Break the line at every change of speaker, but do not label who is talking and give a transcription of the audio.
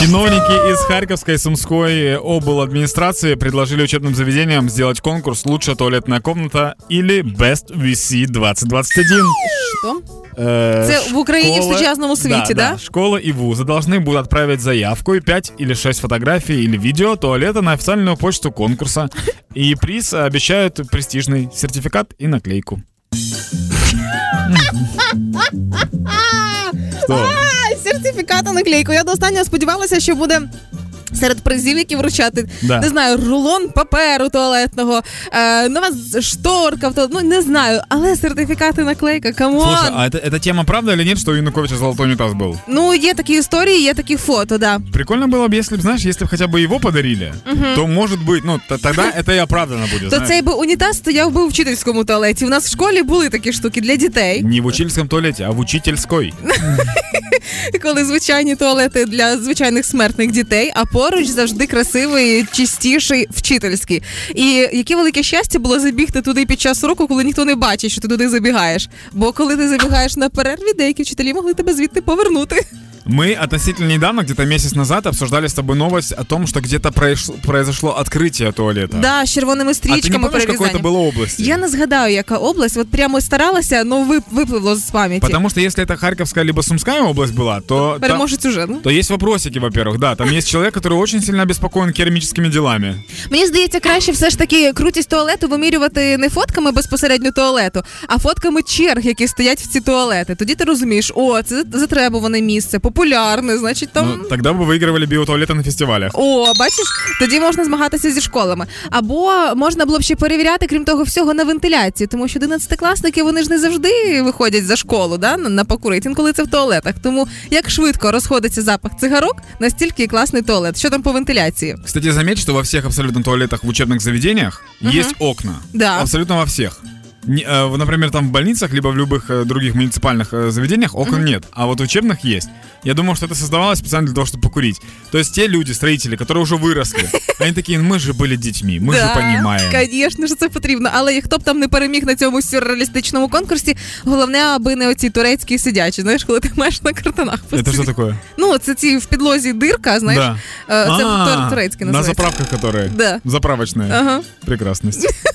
Чиновники из Харьковской и Сумской обладминистрации предложили учебным заведениям сделать конкурс «Лучшая туалетная комната» или «Best VC 2021».
Що?
Э,
Це в Україні в
школа-
сучасному світі, да?
Школы и вузы должны будут отправить заявку и 5 или 6 фотографий или видео туалета на официальную почту конкурса. И приз обещают престижный сертификат и наклейку. Что?
А, сертифіката наклейку. Я до останнього сподівалася, що буде. Серед призів, які вручати,
Да.
не знаю, рулон паперу туалетного, е, нова з- шторка, в туалет- ну не знаю, але сертифікати наклейка, камон.
Слушай, а это, эта тема правда или нет, что у Януковича золотой унитаз был?
Ну, є такі історії, є такі фото, да.
Прикольно было бы, если бы, знаешь, если бы хотя бы его подарили, то, может быть, ну, т- тогда это и оправдано будет,
То
знаешь.
цей би унітаз стояв би у вчительському туалеті. У нас в школі були такі штуки для дітей,
Не в учительском туалете, а в учительской.
коли звичайні туалети для звичайних смертних дітей, а поруч завжди красивий, чистіший вчительський. І яке велике щастя було забігти туди під час уроку, коли ніхто не бачить, що ти туди забігаєш. Бо коли ти забігаєш на перерві, деякі вчителі могли тебе звідти повернути.
Мы относительно недавно, где-то месяц назад, обсуждали с тобой новость о том, что где-то произошло, произошло открытие туалета.
Да, з червоними
А ты не
стрічками
помнишь, какой это
перерізання.
было области?
Я не згадаю, яка область, от прямо старалася, але вип- випливло з пам'яті.
Потому что если это Харьковская либо Сумская область была, то... та-
Переможець уже, ну.
то есть вопросики, во-первых, да. Там есть человек, который очень сильно обеспокоен керамическими делами.
Мені здається, краще все ж таки крутість туалету вимірювати не фотками безпосередньо туалету, а фотками черг, які стоять в ці туалети. Тоді ти розумієш, о, це затребуване місце, популярне, значить там.
Ну, тогда бы выигрывали биотуалеты на фестивалях.
О, бачиш, тоді можна змагатися зі школами. Або можна було б ще перевіряти, крім того всього, на вентиляції, тому що 11-класники вони ж не завжди виходять за школу, да, на на покурити, інколи це в туалетах. Тому як швидко розходиться запах цигарок, настільки і класний туалет. Що там по вентиляції?
Кстати, заметь, что во всех абсолютно туалетах в учебных заведениях есть окна.
Да.
Абсолютно во всех. Не- э, в- например, там в больницах, либо в любых э, других муниципальных э, заведениях окон нет, а вот в учебных есть. Я думал, что это создавалось специально для того, чтобы покурить. То есть те люди, строители, которые уже выросли, они такие, мы же были детьми, мы же понимаем.
Звісно, що це потрібно. Але і хто б там не переміг на цьому сюрреалістичному конкурсі, головне, аби не оці турецькі сидячі. Знаєш, коли ти маєш на картонах
Это
посидіти.
что такое?
Ну, це ці в підлозі дирка, знаєш.
Да.
Е, Це
А,
тур- турецькі
На
називається.
заправках, которые.
Да. А.
Заправочные.
Ага.
Прекрасность.